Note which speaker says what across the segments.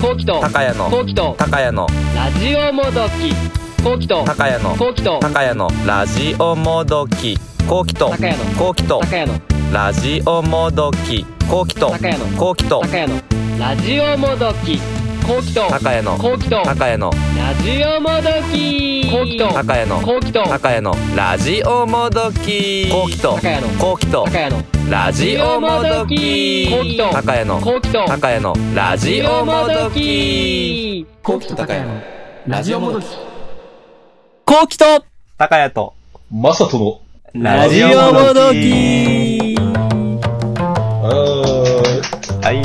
Speaker 1: こうきと
Speaker 2: 高谷の
Speaker 1: こうきと
Speaker 2: 高谷の
Speaker 1: ラジオもどきこうきと
Speaker 2: 高谷の
Speaker 1: こうきと
Speaker 2: 高谷のラジオもどきこうきと
Speaker 1: 高谷の
Speaker 2: こうきと
Speaker 1: 高谷の
Speaker 2: ラジオもどきこうきと
Speaker 1: 高谷の
Speaker 2: こうきと
Speaker 1: 高谷のラジオもどきこうきと
Speaker 2: 高谷の
Speaker 1: こうきと
Speaker 2: 高谷の
Speaker 1: ラジオもどきこうきと
Speaker 2: 高谷の
Speaker 1: こうきと
Speaker 2: 高谷のラジオもどきこうきと
Speaker 1: 高谷の
Speaker 2: こうきと
Speaker 1: 高谷の
Speaker 2: ラジオもどき
Speaker 1: こうきとこうきと
Speaker 2: 高谷の高谷のラジオもどき
Speaker 3: 後期と高谷のラジオもどき。
Speaker 2: こうきと高谷と
Speaker 4: まさとの、
Speaker 2: ラジオもどき
Speaker 4: あ ー
Speaker 5: はい。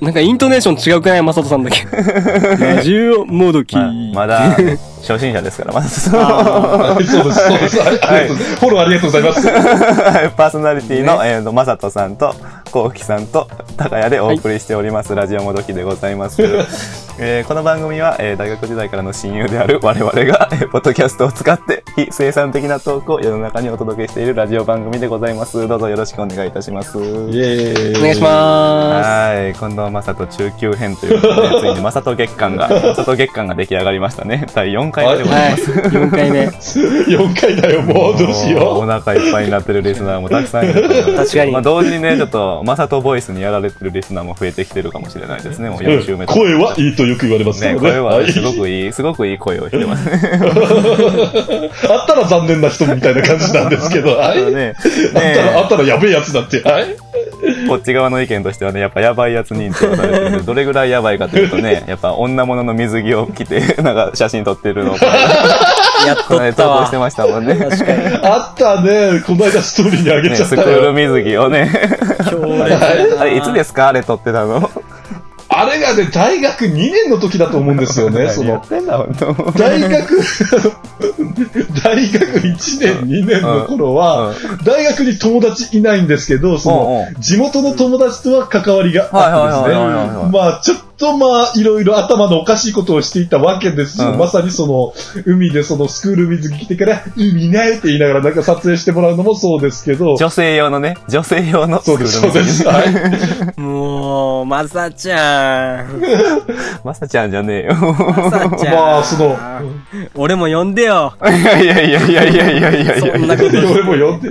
Speaker 3: なんかイントネーション違うくないマサトさんだけ。ラジオもどき。
Speaker 5: まあまだ、 初心者ですから、まだ、その、は
Speaker 4: あそうです、そうです。ありがとうございま す。フォローありがとうございます。
Speaker 5: いパーソナリティの、えーと、まさとさんと、こうきさんと、高谷でお送りしております、ラジオもどきでござ います。えーこの番組は、えー大学時代からの親友である我々が、えーポッドキャストを使って、非生産的なトークを世の中にお届けしているラジオ番組でございます。どうぞよろしくお願いいたします。
Speaker 4: イエーイ。
Speaker 3: お願いしま
Speaker 5: はい、近藤正人中級編ということで、ついに正人月間が、正人月間が出来上がりましたね。第4回目でご
Speaker 3: す。
Speaker 5: ざい
Speaker 3: はい。
Speaker 5: ます。
Speaker 3: 4回目。
Speaker 4: す。4回だよ、もう、どうし
Speaker 5: もうお
Speaker 4: よ
Speaker 5: 腹いっぱいになってるリスナーもたくさんいると思います
Speaker 3: 確かに
Speaker 5: まあ、同時にね、ちょっと、正人ボイスにやられてるリスナーも増えてきてるかもしれないですね。もう
Speaker 4: う。
Speaker 5: 4週目とか
Speaker 4: 声はいいとよく言われますから
Speaker 5: ね、
Speaker 4: ね。
Speaker 5: 声はね
Speaker 4: い
Speaker 5: すごくいい、すごくいい声をしてますね。
Speaker 4: あったら残念な人みたいな感じなんですけど、は
Speaker 5: あ
Speaker 4: い
Speaker 5: のね
Speaker 4: あったら、あ
Speaker 5: ね
Speaker 4: ったらやべえやつだって、はい
Speaker 5: こっち側の意見としてはね、やっぱやばいやつ認定されてるん でどれぐらいやばいかというとね、やっぱ女物の水着を着て、 なんか写真撮ってるのを、こ
Speaker 3: やっ
Speaker 5: の
Speaker 3: と
Speaker 5: 間
Speaker 3: っ
Speaker 5: 投
Speaker 3: た
Speaker 5: 稿
Speaker 3: わ。
Speaker 5: してましたもんね。
Speaker 3: 確かに。
Speaker 4: あったね、この間ストーリーにあげ
Speaker 5: ね、
Speaker 4: ちゃっ
Speaker 5: ス
Speaker 4: た
Speaker 5: クール
Speaker 4: よ。
Speaker 5: 水着をね。 あれ、いつですかあれ撮ってたの。
Speaker 4: あれがね、大学2年の時だと思うんですよね、そ
Speaker 5: 何や
Speaker 4: の
Speaker 5: っ。てんだ、本当。
Speaker 4: 大学、大学1年、2年の頃は、大学に友達いないんですけど、その、
Speaker 5: うんうん
Speaker 4: 地元の友達とは関わりがあってです
Speaker 5: はいはいはいはいはい
Speaker 4: ね、まあ、ちょっとまあ、いろいろ頭のおかしいことをしていたわけですよ。
Speaker 5: うん
Speaker 4: まさにその、海でそのスクール水着着てから、海ないって言いながらなんか撮影してもらうのもそうですけど、
Speaker 5: 女性用のね、女性用のスク
Speaker 4: そう
Speaker 5: ール
Speaker 4: です、そうです。
Speaker 5: 水着。
Speaker 4: はい。
Speaker 3: もう、マサちゃ ん。
Speaker 5: まさちゃんじゃねえよ。
Speaker 3: マサちゃん。
Speaker 4: まあ、その、
Speaker 3: 俺も呼んでよ。
Speaker 5: いやいやいやいやいやいやいやいや
Speaker 3: そんなこと
Speaker 4: 俺も呼んで、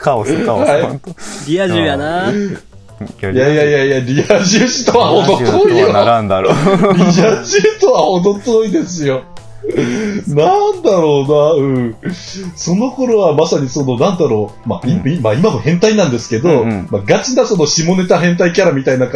Speaker 5: カオス、カオ
Speaker 4: はい
Speaker 5: ス、ほんと。
Speaker 3: リア充やな。
Speaker 4: いやいやいやいや、リア充氏とは程遠いよ。
Speaker 5: ならんだろう。
Speaker 4: リジャチュとは程遠いですよ。なんだろうな、うん。その頃はまさにその、なんだろう、まあ、いまあ今も変態なんですけど、
Speaker 5: うんうん
Speaker 4: まあ、ガチなその下ネタ変態キャラみたいな
Speaker 5: あー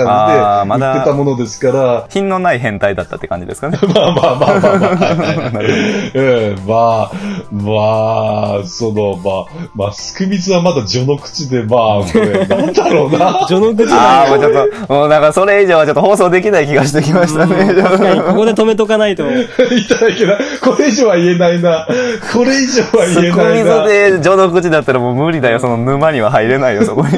Speaker 4: 感
Speaker 5: ま
Speaker 4: じで
Speaker 5: だ
Speaker 4: 言ってたものですから、
Speaker 5: 品のない変態だったって感じですかね。
Speaker 4: まあまあまあまあまあ、 はいはいうんまあ、まあ、その、まあ、まあ、すくみずはまだ序の口で、まあ、こ れ、なんだろうな。
Speaker 3: 序の口
Speaker 5: あ
Speaker 3: だ
Speaker 5: あ、も
Speaker 3: よ。
Speaker 5: うちょっと、もうなんかそれ以上はちょっと放送できない気がしてきました ね。
Speaker 3: 確かに、ここで止めとかないと。
Speaker 4: いただけない。これ以上は言えないな。これ以上は
Speaker 5: す
Speaker 4: 言え
Speaker 5: く
Speaker 4: な
Speaker 5: み
Speaker 4: い
Speaker 5: ぞ
Speaker 4: な。
Speaker 5: で序の口だったらもう無理だよ。その沼には入れないよ、そこに。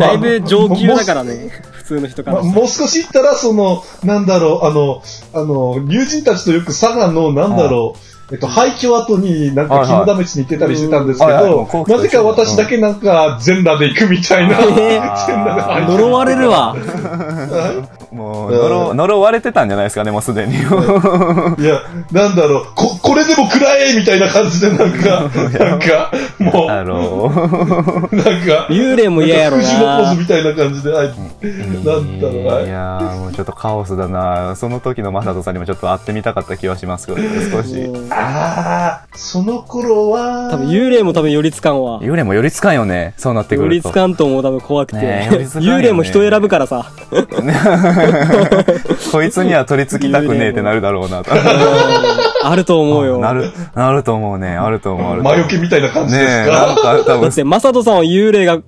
Speaker 3: だいぶ上級だからね。普通の人か
Speaker 4: ま
Speaker 3: ら
Speaker 4: あ、
Speaker 3: したら。
Speaker 4: もう少し行ったら、その、なんだろう、あの、あの、友人たちとよく佐賀の、なんだろう、えっと、廃墟後になんか
Speaker 5: はいはい
Speaker 4: 肝試しに行ってたりしてたんですけ
Speaker 5: うんはいはいも
Speaker 4: ど
Speaker 5: う幸、福と
Speaker 4: なぜか私だけなんか全裸で行くみたい
Speaker 3: えー
Speaker 4: な。全裸で入って
Speaker 3: 呪われるわ。
Speaker 5: もう、呪、呪われてたんじゃないですかね、もうすで に。
Speaker 4: いや、なんだろう、こ、これでも食らえみたいな感じでなんか、なんか、もう、
Speaker 5: だ
Speaker 4: なん
Speaker 5: ろ
Speaker 4: か、
Speaker 3: 幽霊も嫌やろ
Speaker 4: なんか藤のポーズ
Speaker 3: な。
Speaker 4: みたいな感じで、あいなんだろうな
Speaker 5: やーもうちょっとカオスだなその時のマサトさんにもちょっと会ってみたかった気はしますけど、少し。
Speaker 4: あー、その頃は、
Speaker 3: 多分幽霊も多分寄りつかんわ。
Speaker 5: 幽霊も寄りつかんよね、そうなってく
Speaker 3: 寄り
Speaker 5: ると。
Speaker 3: つかんと思う多分怖くて、
Speaker 5: ねえ寄りつかんよね
Speaker 3: 幽霊も人選ぶから さ
Speaker 5: こいつには取り付きたくねえってなるだろうなと。
Speaker 3: あると思うよ
Speaker 5: なる、なると思うね、あると思う。あると
Speaker 4: 魔
Speaker 5: 思
Speaker 4: 除
Speaker 5: う
Speaker 4: けみたいな感じ
Speaker 5: ね
Speaker 4: です
Speaker 5: え、
Speaker 4: か
Speaker 5: なんか多
Speaker 3: だ
Speaker 5: 分
Speaker 3: っ、てマサトさんを幽霊が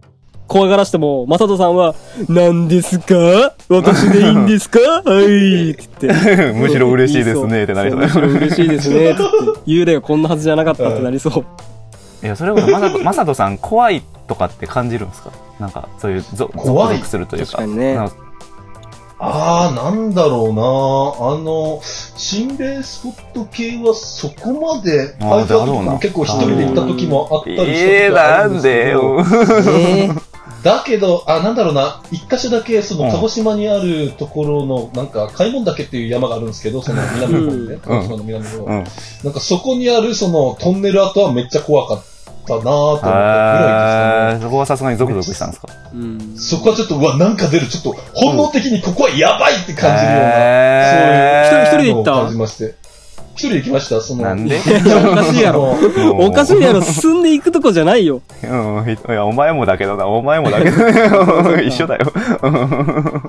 Speaker 3: 怖がらしてもマサトさんは「何ですか私でいいんですか はい」って言って
Speaker 5: むしろ嬉しいですねってなりそう
Speaker 3: むしろ嬉しいですねって言って幽霊がこんなはずじゃなかったってなり そう
Speaker 5: いや、それこそマサト、マサトさん怖いとかって感じるんですかなんか、そういう、ゾ、ゾク
Speaker 4: 怖い
Speaker 5: ゾクするというか。
Speaker 3: 確かにね
Speaker 5: なんか
Speaker 4: ああ、なんだろうな。あの、心霊スポット系はそこまで、
Speaker 5: あー
Speaker 4: ファイターズ
Speaker 5: だろうな
Speaker 4: 結構一人で行った時もあったりした
Speaker 5: ええ
Speaker 4: 時
Speaker 5: な
Speaker 4: ある
Speaker 5: んで
Speaker 4: けど
Speaker 5: よ。
Speaker 3: ね
Speaker 4: だけど、あ、なんだろうな、一箇所だけ、その、鹿児島にあるところの、なんか、開門岳っていう山があるんですけど、その南の方にね、鹿児島の南の方。
Speaker 5: うん。
Speaker 4: なんかそこにある、その、トンネル跡はめっちゃ怖かったなぁと思ったぐらい
Speaker 5: えー、そこはさすがにゾクゾクしたんですか
Speaker 3: うん
Speaker 4: ですね。そこはちょっと、うわ、なんか出る、ちょっと、本能的にここはやばいって感じるような、
Speaker 5: え
Speaker 3: 一人
Speaker 4: そう
Speaker 3: 一人で行
Speaker 4: いうのを
Speaker 3: った
Speaker 4: 感じまして。一人で行きました、その、
Speaker 5: なんで
Speaker 4: めっちゃおかしいやろ。
Speaker 5: 一人
Speaker 3: おかしいやろ、進んでいくとこじゃないよ。
Speaker 5: うん、いや、お前もだけどな、お前もだけどな、一緒だよ。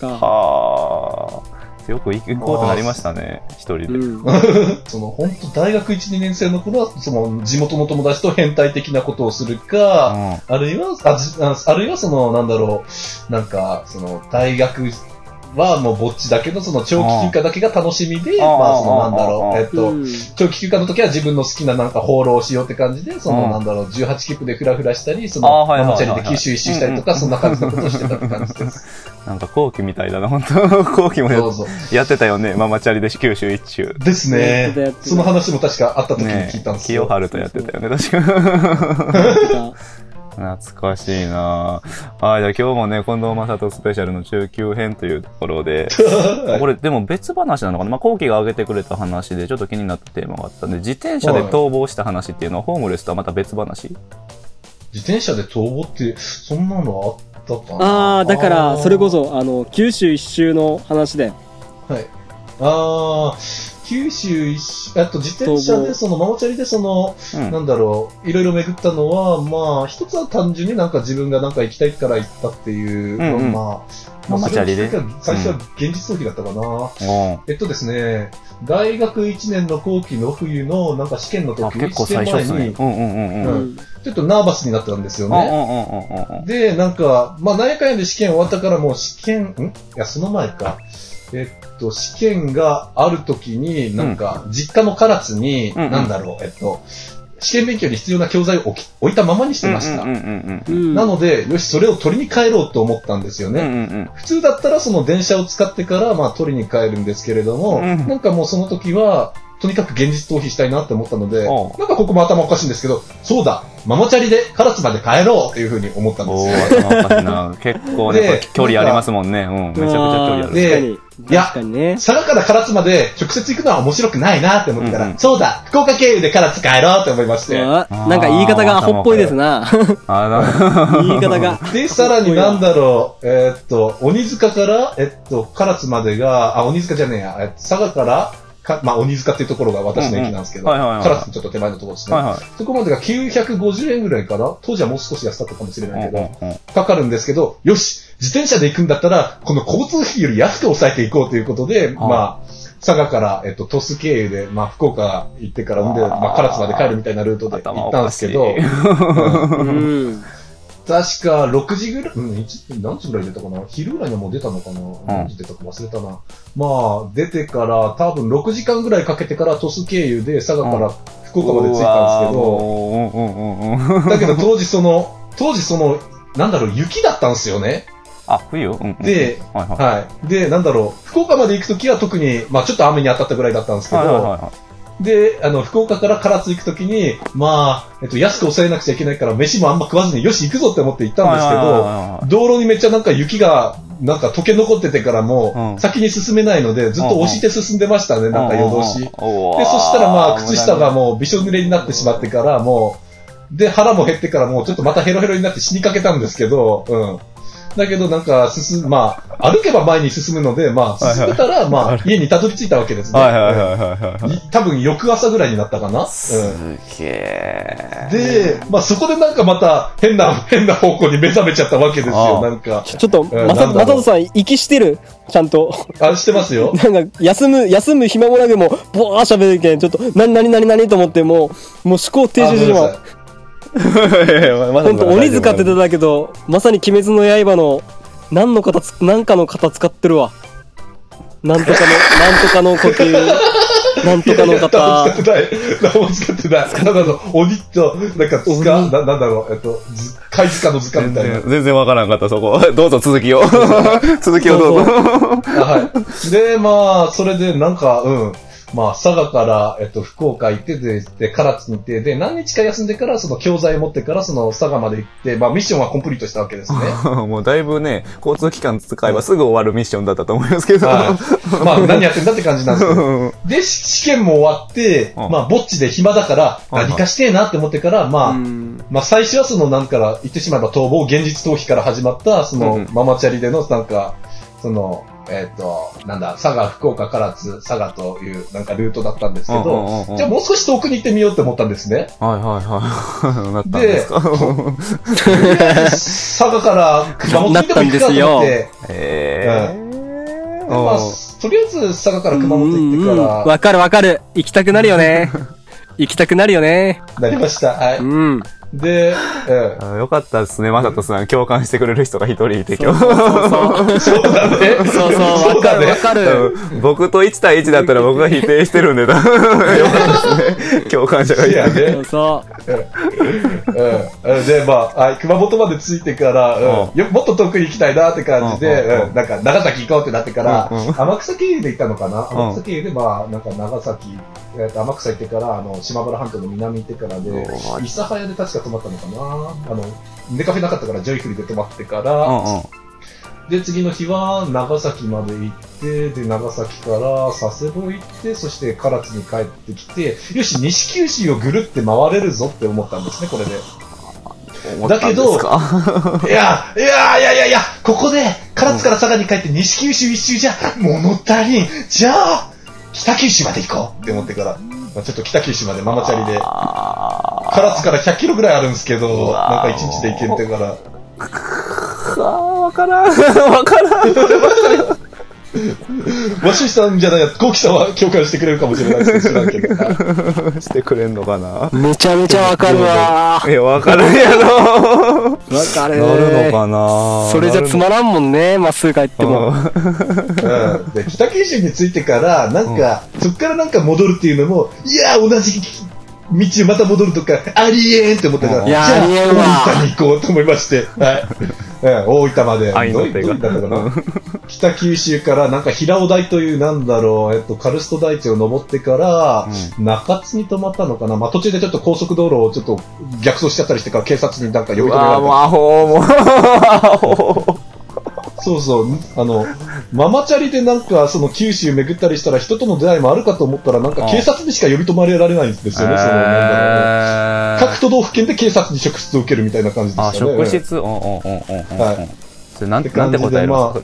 Speaker 3: か
Speaker 5: はあ。よく行こうとなりましたね、一人で。
Speaker 3: うん。
Speaker 4: その本当大学1、2年生の頃は、その地元の友達と変態的なことをするか、
Speaker 5: うん
Speaker 4: あるいは、あじああるいはその、なんだろう、なんか、その、大学はもうぼっちだけど、その長期休暇だけが楽しみで、
Speaker 5: ああ
Speaker 4: まあ、その、なんだ
Speaker 5: あ
Speaker 4: ろ
Speaker 5: あ
Speaker 4: う、えっと、長期休暇の時は自分の好きななんか放浪しようって感じで、そ
Speaker 5: うん
Speaker 4: のなんだろう、18切符でフラフラしたり、そ
Speaker 5: あ
Speaker 4: の、
Speaker 5: は
Speaker 4: マ
Speaker 5: いはいはい
Speaker 4: マ
Speaker 5: はい
Speaker 4: チャリで九州一周したりとか、
Speaker 5: うんうん
Speaker 4: そんな感じのことをしてたって感じです。
Speaker 5: なんか、後期みたいだな、本当後期もや
Speaker 4: どうぞ。
Speaker 5: やってたよね、ママチャリで九州一周。
Speaker 4: です
Speaker 3: やってたやっ
Speaker 4: ね
Speaker 3: て。た
Speaker 4: その話も確かあった時に
Speaker 5: ね
Speaker 4: 聞いたんです
Speaker 5: 清
Speaker 4: よ。
Speaker 5: 春とやってたよね、確か。
Speaker 3: か
Speaker 5: 懐かしいなぁはい、じゃあ今日もね、近藤正人スペシャルの中級編というとこ ろで、これでも別話なのかなまあ、後期が挙げてくれた話で、ちょっと気になったテーマがあったんで、自転車で逃亡した話っていうのは、ホームレスとはまた別話
Speaker 4: 自転車で逃亡って、そんなのあったかな
Speaker 3: ああ、だから、それこ
Speaker 4: そ。
Speaker 3: そ、あの、九州一周の話で、
Speaker 4: はい。ああ、九州一周、あと自転車
Speaker 3: 逃亡
Speaker 4: で、その、ママチャリで、その、
Speaker 5: うん。
Speaker 4: なんだろう、いろいろ巡ったのは、まあ、一つは単純になんか自分がなんか行きたいから行ったっていう、
Speaker 5: うんうん
Speaker 4: まあ、
Speaker 5: ママチャリで
Speaker 4: それは最初は現実逃避だったかな。
Speaker 5: おう
Speaker 4: えっとですね、大学1年の後期の冬のなんか試験の
Speaker 5: あ、
Speaker 4: 時、
Speaker 5: 結構
Speaker 4: 試験
Speaker 5: 最初っ
Speaker 4: 前
Speaker 5: すね
Speaker 4: に。
Speaker 5: うんうんうんうん。
Speaker 4: う
Speaker 5: うんん
Speaker 4: ちょっとナーバスになってたんですよ
Speaker 5: うんうん
Speaker 4: ね。
Speaker 5: うんうんうん。
Speaker 4: で、なんか、まあ、何回で試験終わったからもう試験、んいや、その前か。えっと、試験がある時に、なんか、実家の唐津に、
Speaker 5: うんうん
Speaker 4: なんだろう、えっと、試験勉強に必要な教材を置き置いたままにしてました。
Speaker 5: うんうんうん
Speaker 3: うん。
Speaker 4: なので、よし、それを取りに帰ろうと思ったんですよ
Speaker 5: うん。う
Speaker 4: ね。
Speaker 5: んうん
Speaker 4: 普通だったらその電車を使ってから、まあ、取りに帰るんですけれども、
Speaker 5: うん
Speaker 4: なんかもうその時は、とにかく現実逃避したいなって思ったので、
Speaker 5: おう
Speaker 4: なんかここも頭おかしいんですけど、そうだ、ママチャリで唐津まで帰ろうっていうふうに思ったんです
Speaker 5: お
Speaker 4: よ。
Speaker 5: ー頭おかしいな。結構ね、
Speaker 4: で
Speaker 5: これ距離ありますもんね。うん。めちゃくちゃ距離ある。
Speaker 4: で
Speaker 3: 確かに。
Speaker 4: いや
Speaker 3: 確かにね。
Speaker 4: 佐賀から唐津まで直接行くのは面白くないなって思ったから、
Speaker 5: うんうん
Speaker 4: そうだ、福岡経由で唐津帰ろうって思いまして。
Speaker 3: あなんか言い方がアホっぽいですな。
Speaker 5: あな
Speaker 3: 言い方が。
Speaker 4: で、さらになんだろう、えーっと、鬼塚から、えっと、唐津までが、あ、鬼塚じゃねえや、えっと佐賀から、かまあ、鬼塚っていうところが私の駅なんですけど、
Speaker 5: うんうんはいはいはい
Speaker 4: 唐津のちょっと手前のところですね。
Speaker 5: はいはい。
Speaker 4: そこまでが950円ぐらいかな当時はもう少し安かったかもしれないけど、
Speaker 5: うんうんうん
Speaker 4: かかるんですけど、よし自転車で行くんだったら、この交通費より安く抑えていこうということで、
Speaker 5: ああ
Speaker 4: まあ、佐賀から、えっと、鳥栖経由で、まあ、福岡行ってから、んで、
Speaker 5: ああ
Speaker 4: まあ、唐津まで帰るみたいなルートで
Speaker 5: 頭
Speaker 4: 行
Speaker 5: お
Speaker 4: ったん
Speaker 5: か
Speaker 4: で
Speaker 5: し
Speaker 4: す
Speaker 5: い
Speaker 4: けど、
Speaker 3: う
Speaker 4: うん
Speaker 3: ん。
Speaker 4: 確か6時ぐらい、うん、いつ何時ぐらい出たかな昼ぐらいにはもう出たのかな、何時出たか忘れたな。まあ、出てから多分6時間ぐらいかけてから鳥栖経由で佐賀から福岡まで着いたんですけど、
Speaker 5: うんうんうんうん。
Speaker 4: だけど当時その、当時その、なんだろう、雪だったんですよね。
Speaker 5: あ、冬うんうん。
Speaker 4: で、
Speaker 5: はいはい。
Speaker 4: はい。で、なんだろう、福岡まで行くときは特に、まあちょっと雨に当たったぐらいだったんですけど、
Speaker 5: はいはいはいはい。
Speaker 4: で、あの、福岡から唐津行くときに、まあ、えっと、安く抑えなくちゃいけないから、飯もあんま食わずに、よし、行くぞって思って行ったんですけ
Speaker 5: はいはい
Speaker 4: ど、
Speaker 5: はいはい
Speaker 4: 道路にめっちゃなんか雪が、なんか溶け残っててからも
Speaker 5: うん
Speaker 4: う、先に進めないので、ずっと押して進んでましたね、なんか夜通し。
Speaker 5: うんうんうん
Speaker 4: で、そしたらまあ、靴下が
Speaker 5: も
Speaker 4: もうびしょ濡れになってしまってから、もう、で、腹も減ってから、もうちょっとまたヘロヘロになって死にかけたんですけど、うん。だけどなんか、進む、まあ、歩けば前に進むので、まあ、進めたら、まあ、家にたどり着いたわけです
Speaker 5: う
Speaker 4: ね。
Speaker 5: はいはいはいはいはい。
Speaker 4: い多分、翌朝ぐらいになったかな。うん。
Speaker 5: げえ。
Speaker 4: で、まあ、そこでなんかまた、変な、変な方向に目覚めちゃったわけです
Speaker 5: あ
Speaker 4: よ、
Speaker 5: あ
Speaker 4: なんか。
Speaker 3: ちょちょっと、
Speaker 4: うん
Speaker 3: まさ、
Speaker 4: なんだろ
Speaker 3: まさ
Speaker 4: う
Speaker 3: とさん、息してる。ちゃんと。
Speaker 4: あ、してますよ。
Speaker 3: なんか、休む、休む暇もなくもう、ぼーしゃべるけん、ちょっと、なになになになにと思って、もう、もう思考停止してしまう。
Speaker 5: ま
Speaker 3: ほんと、鬼塚って言ってたけど、まさに鬼滅の刃の、何の型つ、何かの型使ってるわ。なんとかの、 なんとかの呼吸、なんとかの
Speaker 4: 何も使
Speaker 3: 型。
Speaker 4: ってない。何も使ってない。ただの鬼と、なんか
Speaker 3: 鬼
Speaker 4: 塚、な、なんだろう、えっと、ず貝塚の塚み
Speaker 5: 全
Speaker 4: たいな
Speaker 5: 然、。全然わからんかった、そこ。どうぞ 続きを。続きをどうぞ。
Speaker 4: あはい。で、まあ、それで、なんか、うん。まあ、佐賀から、えっと、福岡行って、で、で、唐津に行って、で、何日か休んでから、その教材持ってから、その佐賀まで行って、まあ、ミッションはコンプリートしたわけですね。
Speaker 5: もうだいぶね、交通機関使えばすぐ終わるミッションだったと思いますけど。
Speaker 4: はい。まあ、何やってんだって感じなんですけど。で、試験も終わって、
Speaker 5: うん
Speaker 4: まあ、ぼっちで暇だから、
Speaker 5: はいはい
Speaker 4: 何かしてえなって思ってから、まあ、まあ、最初はその、なんか、言ってしまえば逃亡、現実逃避から始まった、その、
Speaker 5: うんうん
Speaker 4: ママチャリでの、なんか、その、えっ、と、なんだ、佐賀、福岡、唐津、佐賀という、なんかルートだったんですけど、
Speaker 5: うんうんうんうん
Speaker 4: じゃあもう少し遠くに行ってみようって思ったんですね。
Speaker 5: はいはいはい。 なったんですか
Speaker 4: 佐賀から熊本にでも行くかと思って、
Speaker 5: えー。
Speaker 4: でまあ
Speaker 5: おう、
Speaker 4: とりあえず佐賀から熊
Speaker 3: う
Speaker 4: 本
Speaker 3: ん
Speaker 4: 行
Speaker 3: う
Speaker 4: っ
Speaker 3: ん
Speaker 4: てか
Speaker 3: わかるわかる。行きたくなるよね。行きたくなるよね。
Speaker 4: ら、なりました。は
Speaker 3: う
Speaker 4: い。
Speaker 3: ん。
Speaker 4: で、うん
Speaker 5: あよかったですね、まさとさん。共感してくれる人が一人いて、今日。
Speaker 4: そうだね。
Speaker 3: そうそう、
Speaker 4: そ
Speaker 3: わ
Speaker 4: う
Speaker 3: か
Speaker 4: だ
Speaker 3: る
Speaker 4: ね
Speaker 3: わかる。
Speaker 5: 僕と1対1だったら僕が否定してるんで、だ よかったですね。共感者が い
Speaker 4: いや
Speaker 5: て。
Speaker 4: ね
Speaker 3: そう。そう。
Speaker 4: うん。で、まあ、はい熊本まで着いてから、うん
Speaker 5: う
Speaker 4: よもっと遠くに行きたいなって感じで、
Speaker 5: うんうんうん
Speaker 4: うんなんか、長崎行こうってなってから、
Speaker 5: うんう
Speaker 4: 天草経由で行ったのかな
Speaker 5: うん
Speaker 4: 天草経由で、まあ、なんか長崎、えっと天草行ってから、あの、島原半島の南行ってからで、
Speaker 5: うん
Speaker 4: 諫早で確か泊まったのかなあの、ネカフェなかったからジョイフルで泊まってから、
Speaker 5: う
Speaker 4: で、次の日は長崎まで行って、で、長崎から佐世保行って、そして唐津に帰ってきて、よし、西九州をぐるって回れるぞって思ったんですね、これで。
Speaker 5: んうん。だけど、
Speaker 4: いや、いやいやいやいや、ここで唐津から佐賀に帰って西九州一周じゃ物足りん。じゃあ、北九州まで行こうって思ってから、まあ、ちょっと北九州までママチャリで、唐
Speaker 5: あ
Speaker 4: 津から100キロぐらいあるんですけ
Speaker 5: う
Speaker 4: ど、
Speaker 5: わ
Speaker 4: なん
Speaker 5: ー
Speaker 4: か一日で行けてから。
Speaker 5: ー、わからん。 わからん。
Speaker 4: わしさんじゃないや、コウキさんは共感してくれるかもしれないですけど、知らんけど。
Speaker 5: してくれんのかな
Speaker 3: めちゃめちゃわかるわ。
Speaker 5: いや、わからんやろ。
Speaker 3: わかる。
Speaker 5: なるのかな
Speaker 3: それじゃつまらんもんね、まっすぐ帰っても。
Speaker 4: うんで北九州に着いてから、なんか、そっからなんか戻るっていうのも、いやー、同じ道また戻るとか、ありえんって思ったから、
Speaker 5: うん
Speaker 4: じゃあ、
Speaker 3: いやーありえんわ
Speaker 4: 大分に行こうと思いまして、はい。うん大分まで。
Speaker 5: 愛の手
Speaker 4: ど
Speaker 5: が
Speaker 4: うどういったんだろうな北九州から、なんか平尾台という、なんだろう、えっと、カルスト台地を登ってから、中津に泊まったのかな、まあ、途中でちょっと高速道路をちょっと逆走しちゃったりしてから、警察になんか呼び止
Speaker 5: う
Speaker 4: められた
Speaker 5: わー
Speaker 4: り
Speaker 5: もうアホもうアホ
Speaker 4: そうそう、あの、ママチャリでなんか、その九州巡ったりしたら人との出会いもあるかと思ったら、なんか警察にしか呼び止まれられないんですよね、その、なんだろうね
Speaker 5: えー
Speaker 4: 各都道府県で警察に職質を受けるみたいな感じで
Speaker 5: あ、
Speaker 4: したね。
Speaker 5: 職質うんうんうんうんうん。
Speaker 4: は
Speaker 5: それなん
Speaker 4: って感じで
Speaker 5: なんて答える
Speaker 4: ま
Speaker 5: の
Speaker 4: あ
Speaker 5: そ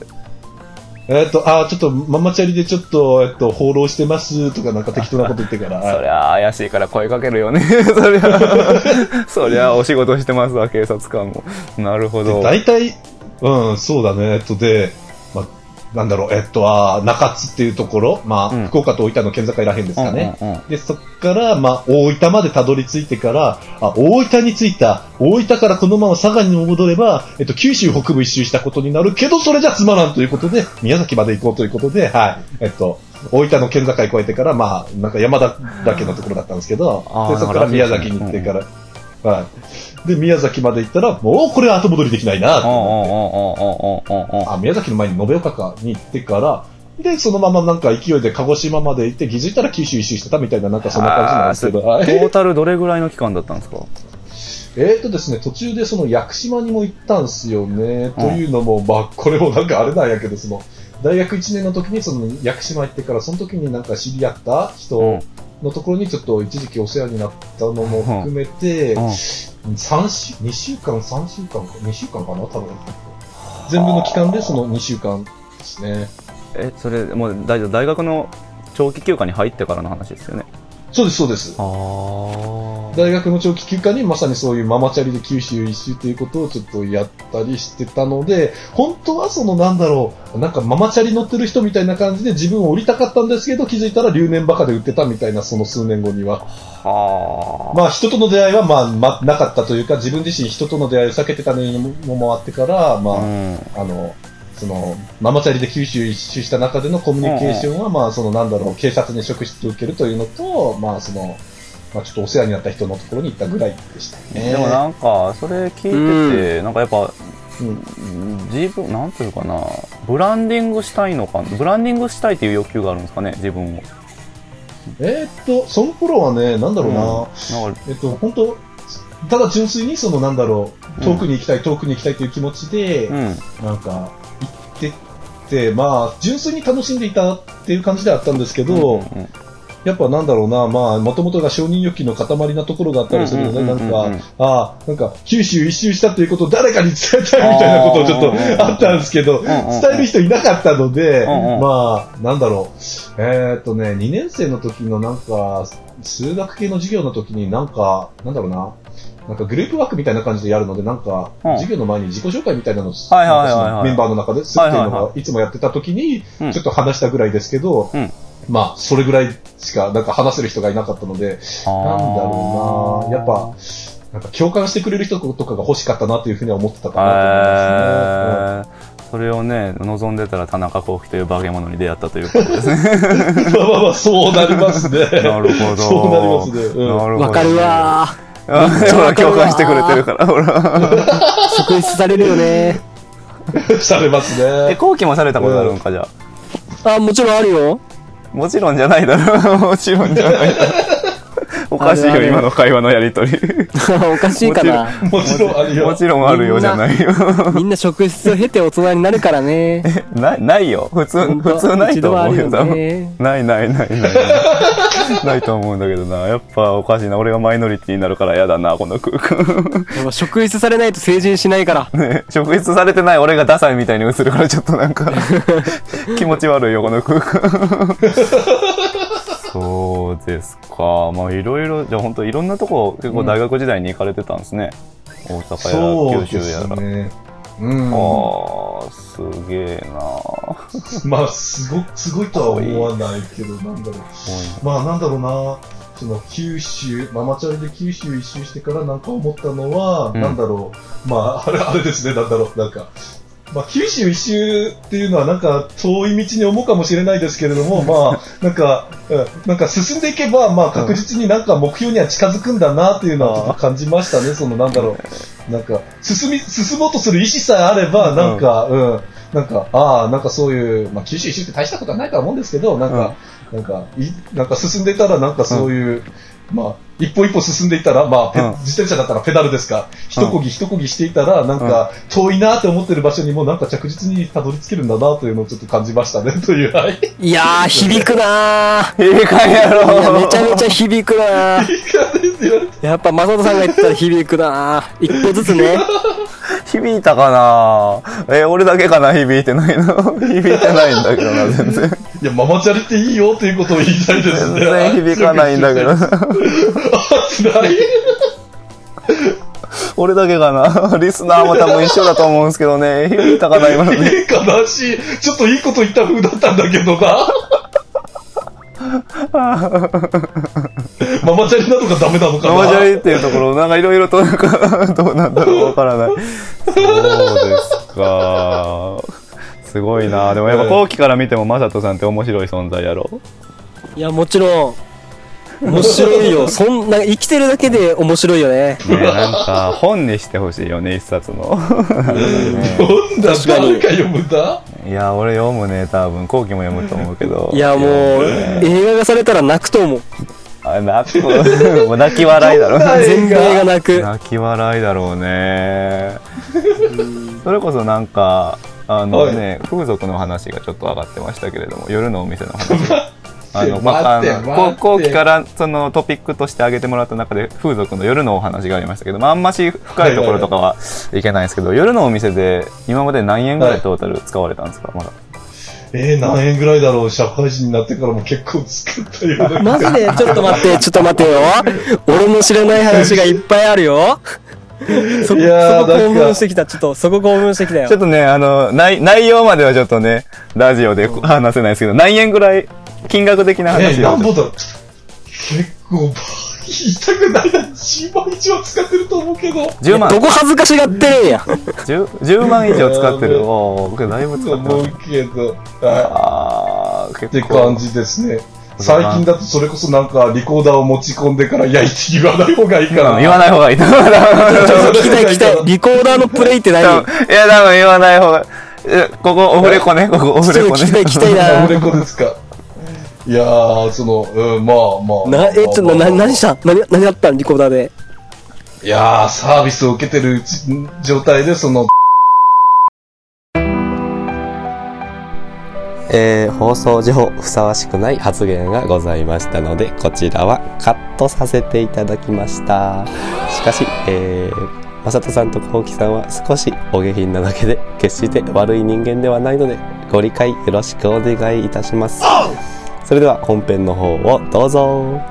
Speaker 5: れ
Speaker 4: えっと、あーちょっと、ママチャリでちょっと、えっと、放浪してますとか、なんか適当なこと言ってか
Speaker 5: そ
Speaker 4: ら、
Speaker 5: りゃ怪しいから声かけるよね。 そりゃ、そりゃお仕事してますわ、警察官も。なるほど。
Speaker 4: 大体、うん、そうだね、えっと、で、まあ、なんだろう、えっと、あー中津っていうところ、まあ、
Speaker 5: うん
Speaker 4: 福岡と大分の県境らへんですかね。
Speaker 5: うんうんうん
Speaker 4: で、そっから、まあ、大分までたどり着いてから、あ、大分に着いた。大分からこのまま佐賀に戻れば、えっと、九州北部一周したことになるけど、それじゃつまらんということで、宮崎まで行こうということで、はい。えっと、大分の県境越えてから、まあ、なんか山田だけのところだったんですけど、
Speaker 5: あー
Speaker 4: で、そっから宮崎に行ってから、はい。で、宮崎まで行ったら、もうこれは後戻りできないなって
Speaker 5: うん
Speaker 4: 思って
Speaker 5: うんうんうんうんうんうん
Speaker 4: あ、宮崎の前に延岡かに行ってから、で、そのままなんか勢いで鹿児島まで行って、気づいたら九州一周してたみたいな、なんかそんな感じなんですけど。
Speaker 5: あーそれ
Speaker 4: は
Speaker 5: トー
Speaker 4: い
Speaker 5: タルどれぐらいの期間だったんですか
Speaker 4: えっとですね、途中でその屋久島にも行ったんですよね。というのも、まあ、これもなんかあれなんやけど、その、大学1年の時にその屋久島行ってから、その時になんか知り合った人のところにちょっと一時期お世話になったのも含めて、
Speaker 5: うん
Speaker 4: 三週、2週間、3週間か、2週間かな、多分。全部の期間でその2週間ですね。
Speaker 5: え、それ、もう大丈夫、大学の長期休暇に入ってからの話ですよね。
Speaker 4: そうです、そうです。
Speaker 5: あ
Speaker 4: 大学の長期休暇にまさにそういうママチャリで九州一周ということをちょっとやったりしてたので、本当はそのなんだろう、なんかママチャリ乗ってる人みたいな感じで自分を降りたかったんですけど、気づいたら留年バカで売ってたみたいな、その数年後には。
Speaker 5: は
Speaker 4: まあ人との出会いはまあ、ま、なかったというか、自分自身人との出会いを避けてたのもあってから、ま
Speaker 5: あ。
Speaker 4: あ、
Speaker 5: うん
Speaker 4: あの、その、ママチャリで九州一周した中でのコミュニケーションは、まあ、その、なんだろう、警察に職質を受けるというのと、まあ、その、まあ、ちょっとお世話になった人のところに行ったぐらいでしたね。
Speaker 5: でもなんかそれ聞いてて、なんかやっぱ、自分なんていうかなブランディングしたいのかなブランディングしたいっていう欲求があるんですかね自分を
Speaker 4: えーっと、その頃はね、なんだろうな、
Speaker 5: なんか
Speaker 4: えっと、本当、ただ純粋にそのなんだろう、遠くに行きたい、遠くに行きたいという気持ちで、
Speaker 5: うん
Speaker 4: なんか、行ってって、まあ、純粋に楽しんでいたっていう感じではあったんですけど、
Speaker 5: んんん
Speaker 4: やっぱなんだろうな、まあ、もともとが承認欲求の塊なところがあったりするので、
Speaker 5: うん
Speaker 4: な
Speaker 5: う
Speaker 4: んん
Speaker 5: うんうんうん
Speaker 4: か、ああ、なんか、九州一周したということを誰かに伝えたいみたいなことをちょっ
Speaker 5: あー
Speaker 4: とあったんですけど、
Speaker 5: んうんう
Speaker 4: 伝
Speaker 5: ん
Speaker 4: える人いなかったので、
Speaker 5: うんうん
Speaker 4: まあ、なんだろう、えーっとね、2年生の時のなんか、数学系の授業の時になんか、なんだろうな、なんかグループワークみたいな感じでやるので、なんか、
Speaker 5: うん
Speaker 4: 授業の前に自己紹介みたいなのを、
Speaker 5: はいはいはいはい
Speaker 4: メンバーの中でするっていう
Speaker 5: はいはい
Speaker 4: のがいつもやってた時に、
Speaker 5: うん
Speaker 4: ちょっと話したぐらいですけど、
Speaker 5: うん
Speaker 4: まあ、それぐらいしか、なんか話せる人がいなかったので、なんだろうな、やっぱ、なんか共感してくれる人とかが欲しかったなというふうには思ってたかなと思いますね。うん
Speaker 5: えーそれをね望んでたら田中幸喜という化け物に出会った ということですね
Speaker 4: まあまあまあ、そうなりますね。
Speaker 5: なるほど
Speaker 4: そうなりますね。うん
Speaker 5: なるほど
Speaker 3: わかるわー
Speaker 5: あ
Speaker 3: めっちゃ
Speaker 5: ほら
Speaker 3: わかるわ
Speaker 5: 共感してくれて るからほら
Speaker 3: 職質されるよね
Speaker 4: されます
Speaker 5: え
Speaker 4: ね。
Speaker 5: 幸喜もされたことあるんかじゃあ
Speaker 3: あもちろんあるよ
Speaker 5: もちろんじゃないだろ もちろんじゃないだろおかしい
Speaker 3: あるあ
Speaker 5: よ
Speaker 3: る
Speaker 5: 今の会話のやりとりも
Speaker 3: おかしいかな
Speaker 4: もちろんあ るよ。
Speaker 5: ちろんあるよ
Speaker 3: みん
Speaker 5: じ
Speaker 3: な
Speaker 5: ゃないよ
Speaker 3: みんな職質を経て大人になるからね
Speaker 5: なないよ普通
Speaker 3: 本当
Speaker 5: 普通ないと思うよ
Speaker 3: 一度
Speaker 5: 多
Speaker 3: はあるよ
Speaker 5: 分
Speaker 3: ね
Speaker 5: ないないないないないない と思うんだけどなやっぱおかしいな俺がマイノリティになるから嫌だなこの空間
Speaker 3: やっぱ職質されないと成人しないから
Speaker 5: ね職質されてない俺がダサいみたいに映るからちょっとなんか 気持ち悪いよこの空間 そうですかまあいろいろじゃあ本当いろんなとこ結構大学時代に行かれてたんですね、大阪や
Speaker 4: そ
Speaker 5: ら
Speaker 4: う
Speaker 5: 九
Speaker 4: で
Speaker 5: 州や
Speaker 4: す
Speaker 5: ら、
Speaker 4: ね。うん
Speaker 5: あ。ーすげえな
Speaker 4: まあ、すご、すごいとは思わないけど、なんだろう。まあ、なんだろうな。その九州、ママチャリで九州一周してからなんか思ったのは、
Speaker 5: うん
Speaker 4: なんだろう。まあ、あれ、あれですね、なんだろう。なんか、まあ、九州一周っていうのはなんか遠い道に思うかもしれないですけれども、まあ、なんか、うんなんか進んでいけば、まあ、確実になんか目標には近づくんだなっていうのはちょっと感じましたね、そのなんだろう。なんか、進み、進もうとする意思さえあれば、なんか、うん、なんか、ああ、なんかそういう、まあ、九州一周って大したことはないとは思うんですけど、なんか、なんか、いなんか進んでたら、なんかそういう、まあ、一歩一歩進んでいったら、まあ、ペ
Speaker 5: うん
Speaker 4: 自転車だったらペダルですか、一こぎ一こぎしていたら、なんか、遠いなって思ってる場所にも、なんか着実にたどり着けるんだなというのをちょっと感じましたね、 という、はい。
Speaker 3: いやー響くなー
Speaker 5: いいかんや
Speaker 3: いや
Speaker 5: ろ
Speaker 3: めちゃめちゃ響くなーやっぱ正人さんが言ってたら響くなー一歩ずつね
Speaker 5: 響いたかなえ俺だけかな響いてないの 響いてないんだけどな全然
Speaker 4: いや、ママチャリっていいよということを言いたいです
Speaker 5: 全
Speaker 4: ね。
Speaker 5: 然響かないんだけど
Speaker 4: あ、辛い。
Speaker 5: 俺だけかなリスナーも多分一緒だと思うんですけどね響いたかな今のね
Speaker 4: 悲しい。ちょっといいこと言った風だったんだけど な。ママチャリなのがダメなのかな。
Speaker 5: ママジャリっていうところなんかいろいろとなんかどうなんだろうわからないそうですかすごいなでもやっぱ後期から見てもマサトさんって面白い存在やろ
Speaker 3: いやもちろん面白いよそんな生きてるだけで面白いよね
Speaker 5: ねなんか本にしてほしいよね一冊の
Speaker 4: 読んだ
Speaker 3: 確かに
Speaker 4: 誰か読むんだ
Speaker 5: いや俺読むね多分後期も読むと思うけど
Speaker 3: いやもう映画がされたら泣くと思う
Speaker 5: あ泣く もう泣き笑いだ ろ
Speaker 3: 全米が泣く
Speaker 5: 泣き笑いだろうねそれこそなんかあのね、風俗の話がちょっと上がってましたけれども夜のお店の 話あのまああ
Speaker 4: 待って
Speaker 5: の
Speaker 4: 待
Speaker 5: こ
Speaker 4: って
Speaker 5: 後期からそのトピックとして挙げてもらった中で風俗の夜のお話がありましたけど、まあ、あんまし深いところとかはいけないんですけど、夜のお店で今まで何円ぐらいトータル使われたんですか、まだ
Speaker 4: えー、何円ぐらいだろう社会人になってからも結構作ったような
Speaker 3: マジ でちょっと待 ってちょっと待ってよ俺の知らない話がいっぱいあるよそこそこ
Speaker 4: いや
Speaker 3: 興
Speaker 4: ーなん
Speaker 3: 奮
Speaker 4: か
Speaker 3: してきたちょっとそこ興奮してきたよ
Speaker 5: ちょっとね、あの、内内容まではちょっとね、ラジオで話せないですけど、何円ぐらい金額的な
Speaker 4: え
Speaker 5: 話
Speaker 4: ー、
Speaker 5: を
Speaker 4: 何。本だろう結構、痛くないな。10万以上使ってると思うけど。
Speaker 5: 10万
Speaker 3: どこ恥ずかしがってるんや
Speaker 5: 10, 10万以上使って
Speaker 4: う
Speaker 5: る。
Speaker 4: ん
Speaker 5: おお、僕だいぶ使
Speaker 4: と
Speaker 5: ってま
Speaker 4: 思う
Speaker 5: す。
Speaker 4: けど。はい
Speaker 5: ああ、
Speaker 4: っ
Speaker 5: 結
Speaker 4: て
Speaker 5: 構
Speaker 4: 感。じですね。最近だとそれこそなんかリコーダーを持ち込んでから、いや、言わない方がいいか
Speaker 5: うん
Speaker 4: な。
Speaker 5: 言わない方がいい。多 分
Speaker 3: 聞きたい聞きた いリコーダーのプレイって何ちょ
Speaker 5: いや、多分言わない方が。えここオフレコね、ここオ
Speaker 3: っ
Speaker 5: フ
Speaker 3: と
Speaker 5: レ
Speaker 3: 聞
Speaker 5: コ
Speaker 3: きたい
Speaker 5: ね
Speaker 3: 聞。きたい
Speaker 4: あオ
Speaker 3: な
Speaker 4: フレコですか。いやー、その、うん、まあまあ。
Speaker 3: な、え、ちょっと、
Speaker 4: まあまあ
Speaker 3: な、何した何、何あったんリコーダーで。
Speaker 4: いやー、サービスを受けてるうち状態で、その、
Speaker 6: えー放送上ふさわしくない発言がございましたのでこちらはカットさせていただきましたしかし、えー、正人さんと幸喜さんは少しお下品なだけで決して悪い人間ではないのでご理解よろしくお願いいたしますそれでは本編の方をどうぞ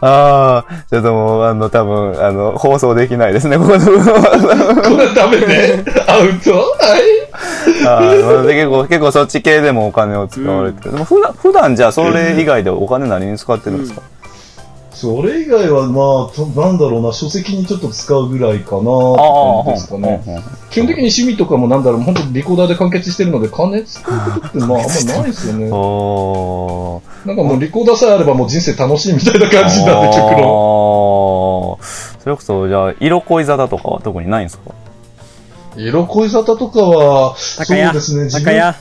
Speaker 5: ああ、ちょっともう、あの、多分、あの、放送できないですね、ここの部分は。
Speaker 4: これダメね。アウトはい。
Speaker 5: あーで結構、結構そっち系でもお金を使われてる。でも普段、普段じゃあそれ以外でお金何に使ってるんですか、
Speaker 4: それ以外は、まあと、なんだろうな、書籍にちょっと使うぐらいかな、って感じですかね。
Speaker 5: うんうん
Speaker 4: 基本的に趣味とかもなんだろう、本当リコーダーで完結してるので、金使うことってまあ、あんまないですよ ね。
Speaker 5: おー。
Speaker 4: なんかもうリコーダーさえあればもう人生楽しいみたいな感じになって、極論。
Speaker 5: あーそれこそ、じゃあ、色恋沙汰とかは特にないんですか
Speaker 4: 色恋沙汰とかは、そう
Speaker 3: 屋
Speaker 4: ですね、自
Speaker 3: 高
Speaker 4: 分
Speaker 3: 屋、
Speaker 5: ん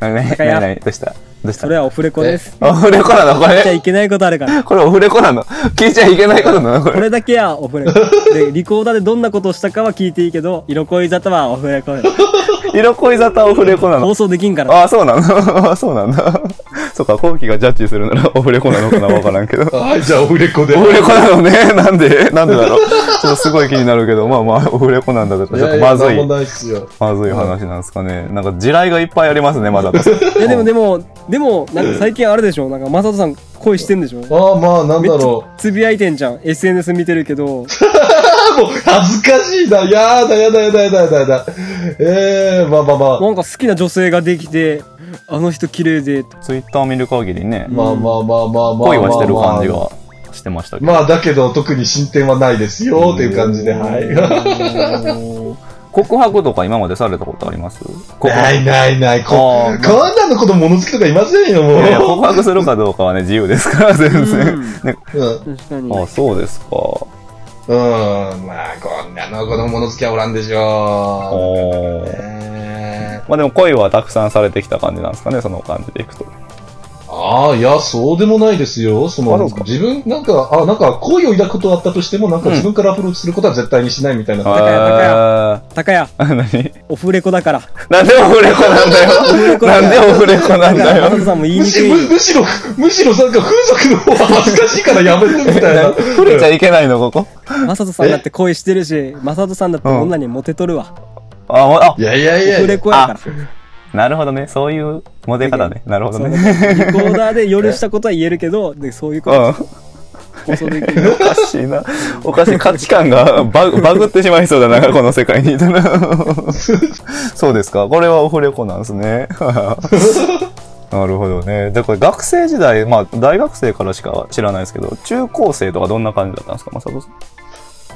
Speaker 5: なになに
Speaker 3: 高屋
Speaker 5: なになにどうしたどうした
Speaker 3: それはオフレコです。
Speaker 5: オフレコなのこ
Speaker 3: 聞いちゃ
Speaker 5: れ
Speaker 3: いけないことあるから。
Speaker 5: これオフレコなの聞いちゃいけないことなのこ
Speaker 3: こ
Speaker 5: れ
Speaker 3: れだけはオフレ コ。で、リコーダーでどんなことをしたかは聞いていいけど、色恋沙汰はオフレコです。
Speaker 5: 色恋沙汰オフレコなの
Speaker 3: 放送できんから。
Speaker 5: ああ、そうなの そうなんだ。そうか、後期がジャッジするならオフレコなのかなわから んけど。オ
Speaker 4: はい、じゃあオフレコで。
Speaker 5: フレコなのねなんでなんでだろうちょっとすごい気になるけど、まあまあ、オフレコなんだけど、
Speaker 4: い
Speaker 5: ちょ
Speaker 4: や
Speaker 5: っと
Speaker 4: い
Speaker 5: ま
Speaker 4: や、
Speaker 5: ず
Speaker 4: なん
Speaker 5: い、
Speaker 4: もないっすよ。
Speaker 5: まずい話なんですかね。なんか地雷がいっぱいありますね、 まだと。
Speaker 3: いや、でもでも、でも、なんか最近あれでしょなんか、マサトさん恋してんでしょ
Speaker 4: ああ、まあ、なん
Speaker 3: め
Speaker 4: だ
Speaker 3: っち
Speaker 4: ろ
Speaker 3: ゃ。
Speaker 4: う
Speaker 3: つぶやいてんじゃん。SNS 見てるけど。
Speaker 4: もう恥ずかしいな。やだ、やだ、やだ、やだ、やだ、やだ。ええまあまあまあ。
Speaker 3: なんか好きな女性ができて、あの人綺麗で、
Speaker 5: ツイッター見る限りね、
Speaker 4: まあまあまあまあまあ。
Speaker 5: 恋はしてる感じ。がしてましたけど。
Speaker 4: まあ、だけど、特に進展はないですよ、っていう感じで、はい。
Speaker 5: 告白とか今までされたことあります告
Speaker 4: な
Speaker 5: 白
Speaker 4: いないない。こ、
Speaker 5: あー
Speaker 4: こんなのこと物好きとかいませんよ、もう。
Speaker 5: いやいや告白するかどうかはね、自由です から、全然。ね
Speaker 4: うん。
Speaker 3: 確かに。
Speaker 5: ああ、そうですか。
Speaker 4: うん。まあ、こんなのこの物好きはおらんでし
Speaker 5: あ
Speaker 4: ょう。
Speaker 5: ー
Speaker 4: え
Speaker 5: まあでも恋はたくさんされてきた感じなんですかね、その感じでいくと。
Speaker 4: ーああ、いや、そうでもないですよ。そ
Speaker 5: あそ
Speaker 4: の
Speaker 5: うか、
Speaker 4: 自分、なんか、あ、なんか、恋を抱くことはあったとしても、なんか
Speaker 5: うん
Speaker 4: 自分からアプローチすることは絶対にしないみたいな。
Speaker 3: 高屋高
Speaker 5: あ
Speaker 3: 高谷、
Speaker 5: ー 何
Speaker 3: オフレコだから。
Speaker 5: なんでオフレコなんだよ。なん でオフレコなんだ
Speaker 3: マサ
Speaker 5: よ
Speaker 3: ト。さんも言い
Speaker 4: む
Speaker 3: に
Speaker 4: し
Speaker 3: くいよ。
Speaker 4: むむしろ、むしろなんか風俗の方が恥ずかしいからやめてみたいな。
Speaker 5: 触れちゃいけないの、ここ。
Speaker 3: マサトさんだって恋してるし、マサトさんだって女にモテとるわ。
Speaker 5: あ、もうあ
Speaker 4: い、やいやい
Speaker 3: オ
Speaker 4: や
Speaker 3: フ
Speaker 4: い
Speaker 3: レ
Speaker 4: や。
Speaker 3: コやから。
Speaker 5: なるほどね。そういうモデ方ね。なるほど
Speaker 3: そう
Speaker 5: ね。
Speaker 3: リコーダーで夜したことは言えるけど、でそういう
Speaker 5: う
Speaker 3: こ
Speaker 5: ん。
Speaker 3: と
Speaker 5: お
Speaker 3: 放送できる。
Speaker 5: かしいな。おかしい。価値観がバグバグってしまいそうだな、この世界にいたら。そうですか。これはオフレコなんですね。なるほどね。で、これ学生時代、まあ大学生からしか知らないですけど、中高生とかどんな感じだったんですか、マサトさん。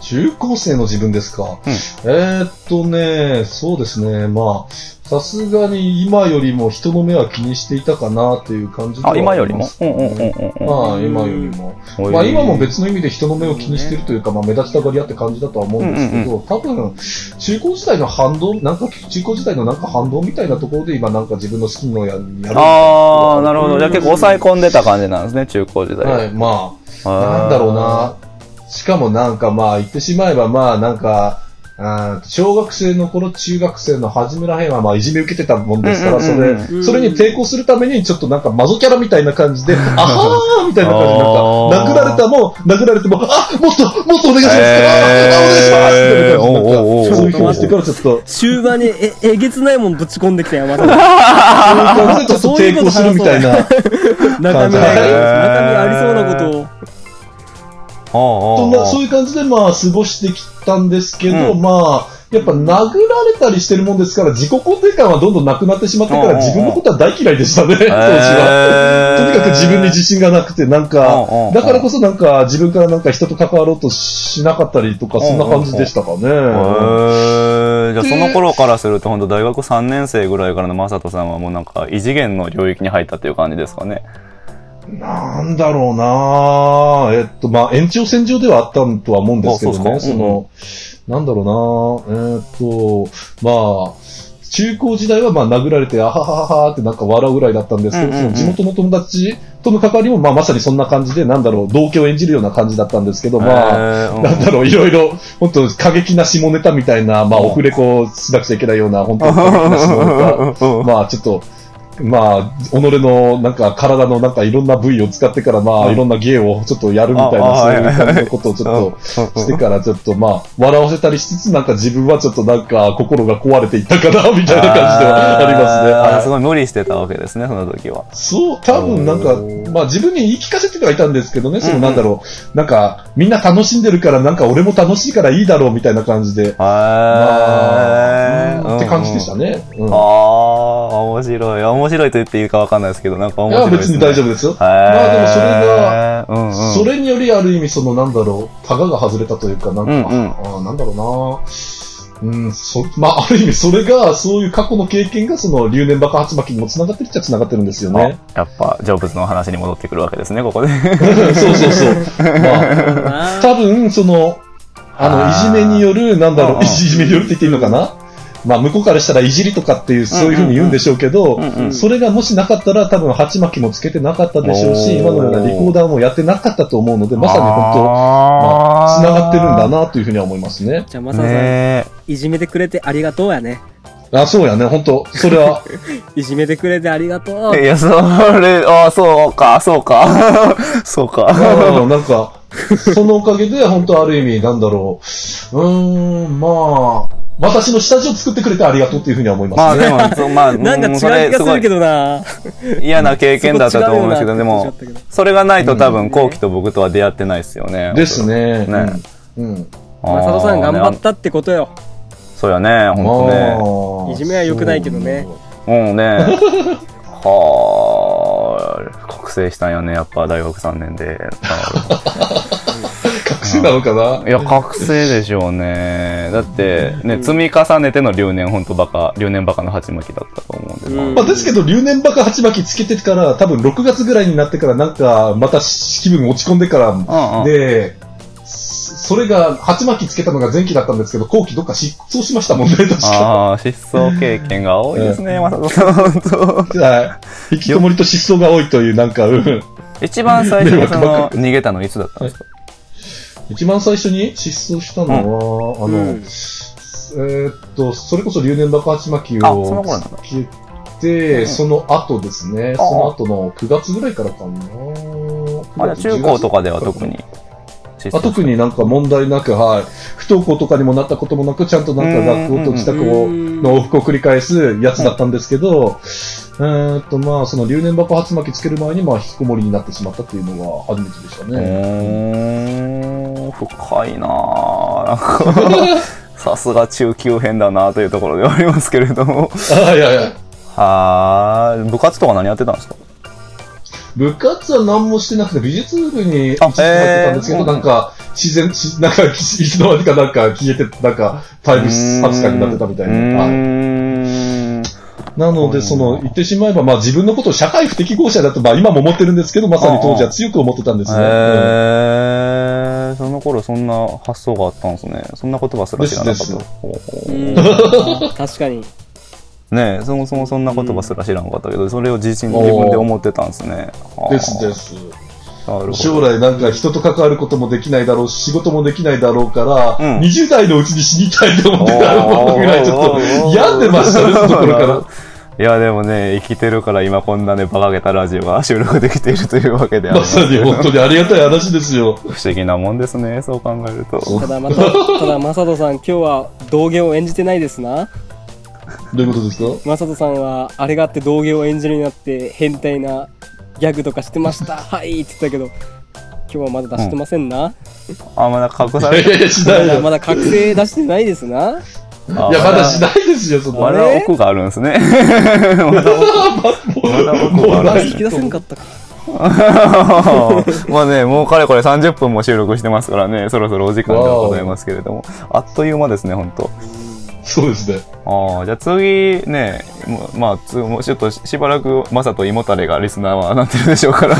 Speaker 4: 中高生の自分ですか。
Speaker 5: うん
Speaker 4: えーっとね、そうですね、まあ、さすがに今よりも人の目は気にしていたかなっていう感じでは
Speaker 5: あ、今より
Speaker 4: あ
Speaker 5: も
Speaker 4: ます
Speaker 5: うんうんうんうんうん。
Speaker 4: まあ、今よりも。
Speaker 5: おい
Speaker 4: まあ、今も別の意味で人の目を気にしてるというか、まあ、目立ちたがり屋って感じだとは思うんですけど、多分、中高時代の反動、なんか、中高時代のなんか反動みたいなところで今なんか自分の好きのややるみたいなところ
Speaker 5: あ
Speaker 4: が
Speaker 5: あ、なるほど。じゃあ結構抑え込んでた感じなんですね、中高時代。
Speaker 4: はい、ま
Speaker 5: あ
Speaker 4: あ、
Speaker 5: ー
Speaker 4: なんだろう。な。しかもなんかまあ、言ってしまえばまあ、なんか、あー小学生の頃、中学生の初めらへんはまあ、いじめ受けてたもんですから、
Speaker 5: うん
Speaker 4: そ
Speaker 5: うんうん
Speaker 4: れ、それに抵抗するために、ちょっとなんか、マゾキャラみたいな感じで、あはーみたいな感じで、なんか、殴られたも、殴られても、あもっと、もっとお願いします、あーあお願いしますみたいな感じでなんか
Speaker 5: おうおうおう
Speaker 4: そういう気持ちでからちょっと、
Speaker 3: 終盤にええげつないもんぶち込んできたよ、マサトさ
Speaker 4: そういう感じでちょっと抵抗するみたい
Speaker 3: ん。
Speaker 4: な。
Speaker 3: 中身ない中身ありそうなことを。
Speaker 5: そ
Speaker 4: そんな、そういう感じで、まあ、過ごしてきたんですけど、まあ、やっぱ殴られたりしてるもんですから、自己肯定感はどんどんなくなってしまってか
Speaker 5: うんうん
Speaker 4: ら、
Speaker 5: うん
Speaker 4: 自分のことは大嫌いでしたね、当時は。とにかく自分に自信がなくて、なんか
Speaker 5: うんうんうん、
Speaker 4: だからこそなんか、自分からなんか人と関わろうとしなかったりとか、そんな感じでしたかね。
Speaker 5: じゃあその頃からすると、本当大学3年生ぐらいからのマサトさんはもうなんか異次元の領域に入ったっていう感じですかね。
Speaker 4: なんだろうなえっと、まあ、延長線上ではあったとは思うんですけど
Speaker 5: あそう
Speaker 4: ね、
Speaker 5: です
Speaker 4: そ
Speaker 5: か
Speaker 4: の、なんだろうなえっと、まあ、中高時代はまあ殴られて、あははははってなんか笑うぐらいだったんですけど、
Speaker 5: うんうんうん
Speaker 4: その地元の友達との関わりもまあまさにそんな感じで、なんだろう、同居を演じるような感じだったんですけど、まあ、
Speaker 5: えーうん
Speaker 4: なんだろう、いろいろ、本当過激な下ネタみたいな、まあ、
Speaker 5: うん
Speaker 4: オフレコをしなくちゃいけないような、本当に過激な下 ネタ。 まあ、ちょっと、まあ、己の、なんか、体の、なんか、いろんな部位を使ってから、ま
Speaker 5: う
Speaker 4: あ、
Speaker 5: ん
Speaker 4: いろんな芸をちょっとやるみたい
Speaker 5: あ
Speaker 4: な、
Speaker 5: あ
Speaker 4: そういう
Speaker 5: はいはい
Speaker 4: 感じのことをちょっとしてから、ちょっと、まあ、笑わせたりしつつ、なんか、自分はちょっと、なんか、心が壊れていったかな、みたいな感じではありますね。
Speaker 5: あ
Speaker 4: は
Speaker 5: ー
Speaker 4: い
Speaker 5: すごい無理してたわけですね、その時は。
Speaker 4: そう、多分なんか
Speaker 5: おー、
Speaker 4: まあ自分に言い聞かせてはいたんですけどね、そ
Speaker 5: うんう
Speaker 4: のな
Speaker 5: ん
Speaker 4: んだろう、なんか、みんな楽しんでるから、なんか俺も楽しいからいいだろうみたいな感じで、ま
Speaker 5: へー
Speaker 4: あって感じでした
Speaker 5: ね。
Speaker 4: ね。うん
Speaker 5: ああ、面白い。面白いと言っていいかわかんないですけど、なんか
Speaker 4: い
Speaker 5: 面
Speaker 4: や、
Speaker 5: 白いで
Speaker 4: 別
Speaker 5: す、ね。
Speaker 4: に大丈夫ですよ。
Speaker 5: へー。
Speaker 4: まあでもそれが
Speaker 5: うんうん、
Speaker 4: それによりある意味、そのなんだろう、タガが外れたというか、なんか、
Speaker 5: うんうん
Speaker 4: あーなんだろうなうん、そまあ、ある意味、それが、そういう過去の経験が、その、留年爆発巻きにも繋がってるっちゃ繋がってるんですよね。
Speaker 5: あやっぱ、ジョブズの話に戻ってくるわけですね、ここで。
Speaker 4: そうそうそう。まあ、多分、その、あの、
Speaker 5: あ
Speaker 4: いじ
Speaker 5: ー
Speaker 4: めによる、なんだ
Speaker 5: うん
Speaker 4: ろ
Speaker 5: う
Speaker 4: う、
Speaker 5: ん
Speaker 4: いじめによるって言っていいのかなまあ、向こうからしたらいじりとかっていう、そういうふうに言うんでしょうけど
Speaker 5: うんうん、
Speaker 4: それがもしなかったら、多分、鉢巻きもつけてなかったでしょうし、
Speaker 5: おー
Speaker 4: 今のようなリコーダーもやってなかったと思うので、まさに本当、
Speaker 5: 当
Speaker 4: つながってるんだなというふうには思いますね。
Speaker 2: じゃあ、まさ
Speaker 5: ね
Speaker 2: さん、
Speaker 5: え。
Speaker 2: いじめてくれてありがとうやね。
Speaker 4: あ、そうやね、本当それ は、
Speaker 2: いじめてくれてありがとう。
Speaker 5: いや、それ、ああ、そうか、そうか、 そうか。
Speaker 4: うんなんか、そのおかげで、本当ある意味、なんだろう。うーん、まあ、私の下地を作ってくれてありがとうっていうふうには思いますね。
Speaker 5: まあでも、そうまあ、
Speaker 2: なんか違う気がするけどな。
Speaker 5: ど。嫌な経験だったと思うんですけど、で
Speaker 2: そ
Speaker 5: も
Speaker 2: こ違、うよなって思っちゃったけど
Speaker 5: それがないと多分、後期と僕とは出会ってないですよね。
Speaker 4: ですね。
Speaker 5: ね
Speaker 4: うん。うん。
Speaker 5: あー。
Speaker 2: まさとさん頑張っ
Speaker 5: ね。
Speaker 2: たってことよ。
Speaker 5: そうやね、ほんとね。
Speaker 4: あー
Speaker 2: いじめは良くないけどね。
Speaker 5: うんね。はあ、 覚醒したんよね、やっぱ大学3年で。
Speaker 4: 隠しなのかない
Speaker 5: や、覚醒でしょうね。だって、ね、積み重ねての留年、ほんとバカ、留年バカの鉢巻きだったと思うんで、まあ
Speaker 2: うん
Speaker 4: まあですけど、留年爆鉢巻きつけてから、多分6月ぐらいになってから、なんか、また気分落ち込んでか
Speaker 5: うんうん
Speaker 4: ら、で、そそれが、鉢巻きつけたのが前期だったんですけど、後期どっか失踪しましたもんね、確か。
Speaker 5: ああ、失踪経験が多いですね、マサトさん。本当
Speaker 4: はい。引きこもりと失踪が多いという、なんか、うん。
Speaker 5: 一番最初にそ
Speaker 4: 迷惑
Speaker 5: の、逃げたのいつだったんですか
Speaker 4: 一番最初に失踪したのは、あの、
Speaker 2: う
Speaker 4: え
Speaker 2: ん
Speaker 4: ーっと、それこそ留年爆発巻き
Speaker 5: あその
Speaker 4: を
Speaker 5: 頃なんだ
Speaker 4: つけて、その後ですね、
Speaker 5: ああ
Speaker 4: その後の9月ぐらいからかな。9
Speaker 5: あ、
Speaker 4: 月
Speaker 5: じゃあ中高とかでは特。
Speaker 4: 10
Speaker 5: に。
Speaker 4: 月あ特になんか問題なく、はい。不登校とかにもなったこともなく、ちゃんとなんか学校と自宅をの往復を繰り返すやつだったんですけど、えーっと、まあ、その留年爆発巻きつける前に、まあ、引きこもりになってしまったっていうのが初めてでした
Speaker 5: う
Speaker 4: ね。
Speaker 5: ーん、深いなぁ。なんかさすが中級編だなというところではありますけれども。
Speaker 4: あ、いやいや。
Speaker 5: はーい。部活とか何やってたんですか
Speaker 4: 部活は何もしてなくて、美術部に一時入
Speaker 5: あ
Speaker 4: ってたんですけ
Speaker 5: へー
Speaker 4: ど、なんか、自然、しなんか、いつの間にかなんか消えて、なんか、タイム扱いになってたみたいうな。はい
Speaker 5: ーん。
Speaker 4: なので、その、言ってしまえば、まあ自分のことを社会不適合者だと、まあ今も思ってるんですけど、まさに当時は強く思ってたんですね。うん
Speaker 5: へー。その頃そんな発想があったんですね。そんな言葉すら知らなかった。
Speaker 4: ですです
Speaker 5: ほうほう
Speaker 2: うん、確かに。
Speaker 5: ねえそもそもそんな言葉すら知らんかったけど、それを自身自分で思ってたんですね。はあ
Speaker 4: ですです。
Speaker 5: なるほど。
Speaker 4: 将来なんか人と関わることもできないだろうし、仕事もできないだろうから、
Speaker 5: うん
Speaker 4: 20代のうちに死にたいと思ってたぐらいちょっと病んでましたね、その頃から。
Speaker 5: いやでもね生きてるから今こんなねバカげたラジオが収録できているというわけであり
Speaker 4: ま
Speaker 5: ます
Speaker 4: さに本当にありがたい話ですよ。
Speaker 5: 不思議なもんですねそう考えると
Speaker 4: そう
Speaker 2: ただまた、ただまさとさん今日は道芸を演じてないですな。
Speaker 4: どういうことですか
Speaker 2: まさとさんはあれがあって道芸を演じるようになって変態なギャグとかしてま した。はいって言ったけど、今日はまだ出してませんな。
Speaker 5: あまだ隠さ
Speaker 4: いや
Speaker 5: れ
Speaker 4: いやいや、しない
Speaker 2: まだ
Speaker 4: よ。
Speaker 2: まだ覚醒出してないですな。
Speaker 5: いや
Speaker 4: いや、まだしないですよ、そん
Speaker 5: ま
Speaker 4: な。
Speaker 5: だ奥があるんですねまだ奥まだ僕は
Speaker 4: な
Speaker 5: ない
Speaker 2: 引き出せんかったか。
Speaker 5: まあねもうかれこれ30分も収録してますからねそろそろお時間がございますけれどもあっという間ですね本当
Speaker 4: そうですね。
Speaker 5: ああ、じゃあ次ね、もうまあ、つもうちょっとししばらく、マサと胃もたれがリスナーはなってるでしょう から、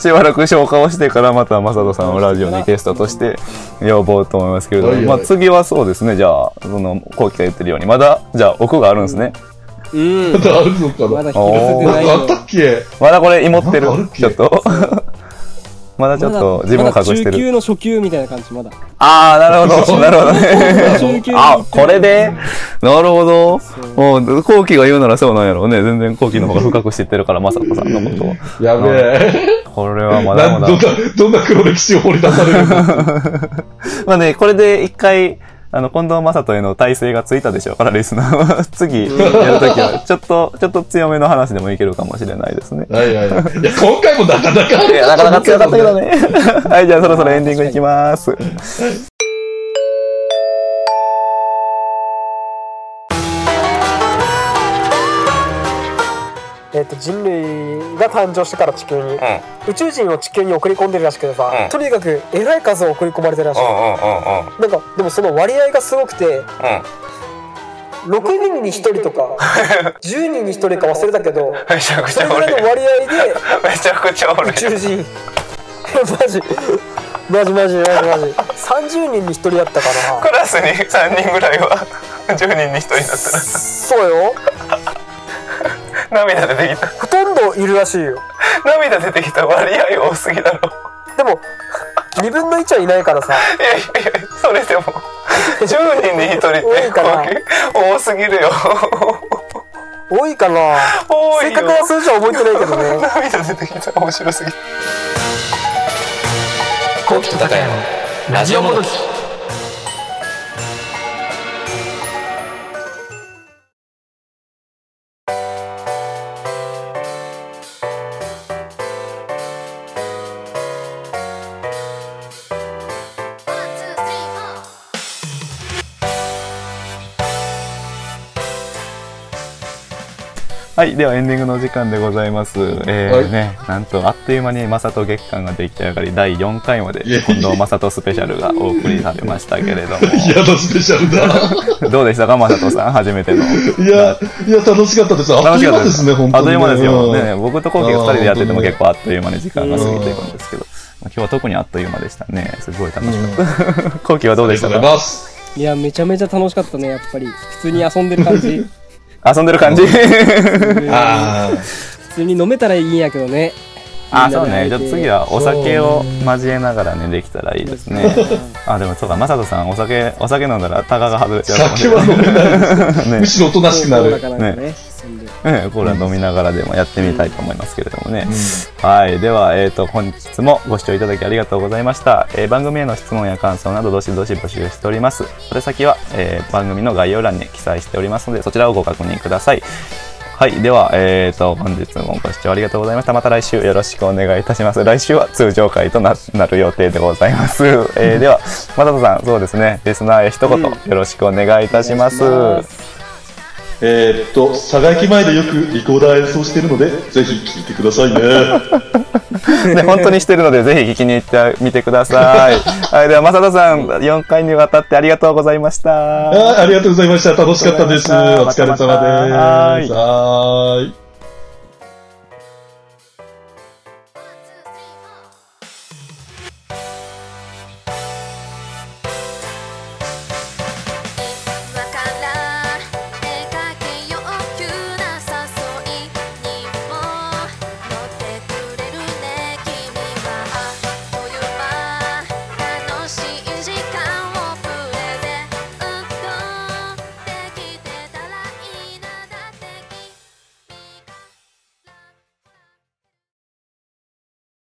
Speaker 5: しばらく消化をしてから、またマサトさんをラジオにゲストとして呼ぼうと思いますけれども、
Speaker 4: はい
Speaker 5: ま
Speaker 4: はい
Speaker 5: あ次はそうですね、じゃあ、その、コウキが言ってるように、まだ、じゃあ奥があるんですね。
Speaker 2: うん
Speaker 4: ま。 だあるのか
Speaker 2: ま
Speaker 4: な
Speaker 2: だ引き出せて
Speaker 4: な
Speaker 2: ない
Speaker 4: ん
Speaker 2: よ
Speaker 4: かあったっけ
Speaker 5: まだこれ、胃もってる
Speaker 4: なんかあるっ。け
Speaker 5: ちょっと。 まだちょっと自分を隠して
Speaker 2: まだ中
Speaker 5: る。
Speaker 2: 級の初級みたいな感じ、まだ。
Speaker 5: ああ、なる ほど、なるほどね。
Speaker 2: 中級
Speaker 5: あ、これでなるほど。もう、後期が言うならそうなんやろうね。全然後期の方が深く知ってるから、まさこさんのことを。
Speaker 4: やべえ。
Speaker 5: これはまだ
Speaker 4: な
Speaker 5: ま
Speaker 4: どんな
Speaker 5: だ。、
Speaker 4: どんな黒歴史を掘り出されるんだ
Speaker 5: まあね、これで一回、あの、近藤正人への体制がついたでしょうから、リスナーは。 次、やるときは、ちょっと、ちょっと強めの話でもいけるかもしれないですね。
Speaker 4: はいはいはい。いや、今回もなかなかあ
Speaker 5: い
Speaker 4: る
Speaker 5: や、なかなか強かったけど
Speaker 4: ね。
Speaker 5: ね。 はい、じゃあそろそろエンディングいきます。
Speaker 7: えっと人類が誕生してから地球に、宇宙人を地球に送り込んでるらしくてさ、とにかくえらい数送り込まれてるらしい、なんかでもその割合がすごくて、6人に1人と か10人に1人か忘れたけど
Speaker 8: めちゃく
Speaker 7: そ
Speaker 8: ち
Speaker 7: れ
Speaker 8: ゃ
Speaker 7: ぐ
Speaker 8: お
Speaker 7: ら
Speaker 8: る
Speaker 7: いの割合で
Speaker 8: めちゃくちゃおる
Speaker 7: 宇宙人 マジマジマジマジマジ30人に1人だったかな
Speaker 8: クラスに3人ぐらいは10人に1人だっ
Speaker 7: そうよ
Speaker 8: たら涙出てきた
Speaker 7: ほとんどいるらしいよ
Speaker 8: 涙出てきた割合多すぎだろ
Speaker 7: でも2分の1はいないか らさ
Speaker 8: いやいやいやそれでも10人に1人って
Speaker 7: 多いかな
Speaker 8: 多すぎるよ
Speaker 7: 多いかな
Speaker 8: 多い
Speaker 7: 正
Speaker 8: よ
Speaker 7: 確な数字は覚えてないけどね
Speaker 8: 涙出てきた面白すぎる
Speaker 1: ラジオもどき
Speaker 5: はい、ではエンディングのお時間でございます。えー
Speaker 4: はい
Speaker 5: ね、なんとあっという間にマサト月間が出来上がり第4回まで
Speaker 4: いやいや
Speaker 5: 近藤マサトスペシャルがお送りされましたけれど
Speaker 4: 嫌だスペシャルだ。
Speaker 5: も、どうでしたかマサトさん、初めての。
Speaker 4: いや、いや、楽しかったです。あっという間ですね、本当
Speaker 5: あっ
Speaker 4: にね。
Speaker 5: という間ですよ。ね、
Speaker 4: うん
Speaker 5: 僕とコウキが2人でやってても
Speaker 4: あー
Speaker 5: 結構あっという間に時間が過ぎていくんですけど、まあ今日は特にあっという間でしたね。すごい楽しかった。コウキはどう
Speaker 4: あ
Speaker 5: で
Speaker 4: り
Speaker 5: し
Speaker 4: がと
Speaker 5: た
Speaker 4: うござい
Speaker 5: か
Speaker 4: ます。
Speaker 2: いや、めちゃめちゃ楽しかったね、やっぱり。普通に遊んでる感じ。
Speaker 5: 遊んでる感じ
Speaker 4: ああ。
Speaker 2: 普通に飲めたらいいんやけどね。
Speaker 5: あ、そうね。じゃあ次はお酒を交えながらね、できたらいいですね。あ、でもそうか、マサトさん、お酒、お酒飲んだらタガが外れちゃうかもし
Speaker 4: 酒
Speaker 5: れな
Speaker 4: は飲めないです。
Speaker 5: い。 ね
Speaker 4: むしろおとなしくな
Speaker 2: そう
Speaker 4: る
Speaker 2: だ。からなんかね。そんで
Speaker 5: ええコーラ飲みながらでもやってみたいと思いますけれどもね。はい。では、えっ、と、本日もご視聴いただきありがとうございました。えー番組への質問や感想など、どしどし募集しております。宛先は、えー番組の概要欄に記載しておりますので、そちらをご確認ください。はい。では、えっ、と、本日もご視聴ありがとうございました。また来週よろしくお願いいたします。来週は通常回とななる予定でございます。えーでは、またとさん、そうですね。リスナーへ一言、よろしくお願いいたします。
Speaker 9: えーっと、佐賀駅前でよくリコーダー演奏してるので、ぜひ聴いてくださ いね。
Speaker 5: ね、本当にしてるので、ぜひ聞きに行ってみてください。はい、では、正田さん、4回にわたってありがとうございました。
Speaker 4: あーありがとうございました。楽しかったです。お
Speaker 5: またま
Speaker 4: 疲れ
Speaker 5: た
Speaker 4: 様です。
Speaker 5: はーい
Speaker 4: はーい。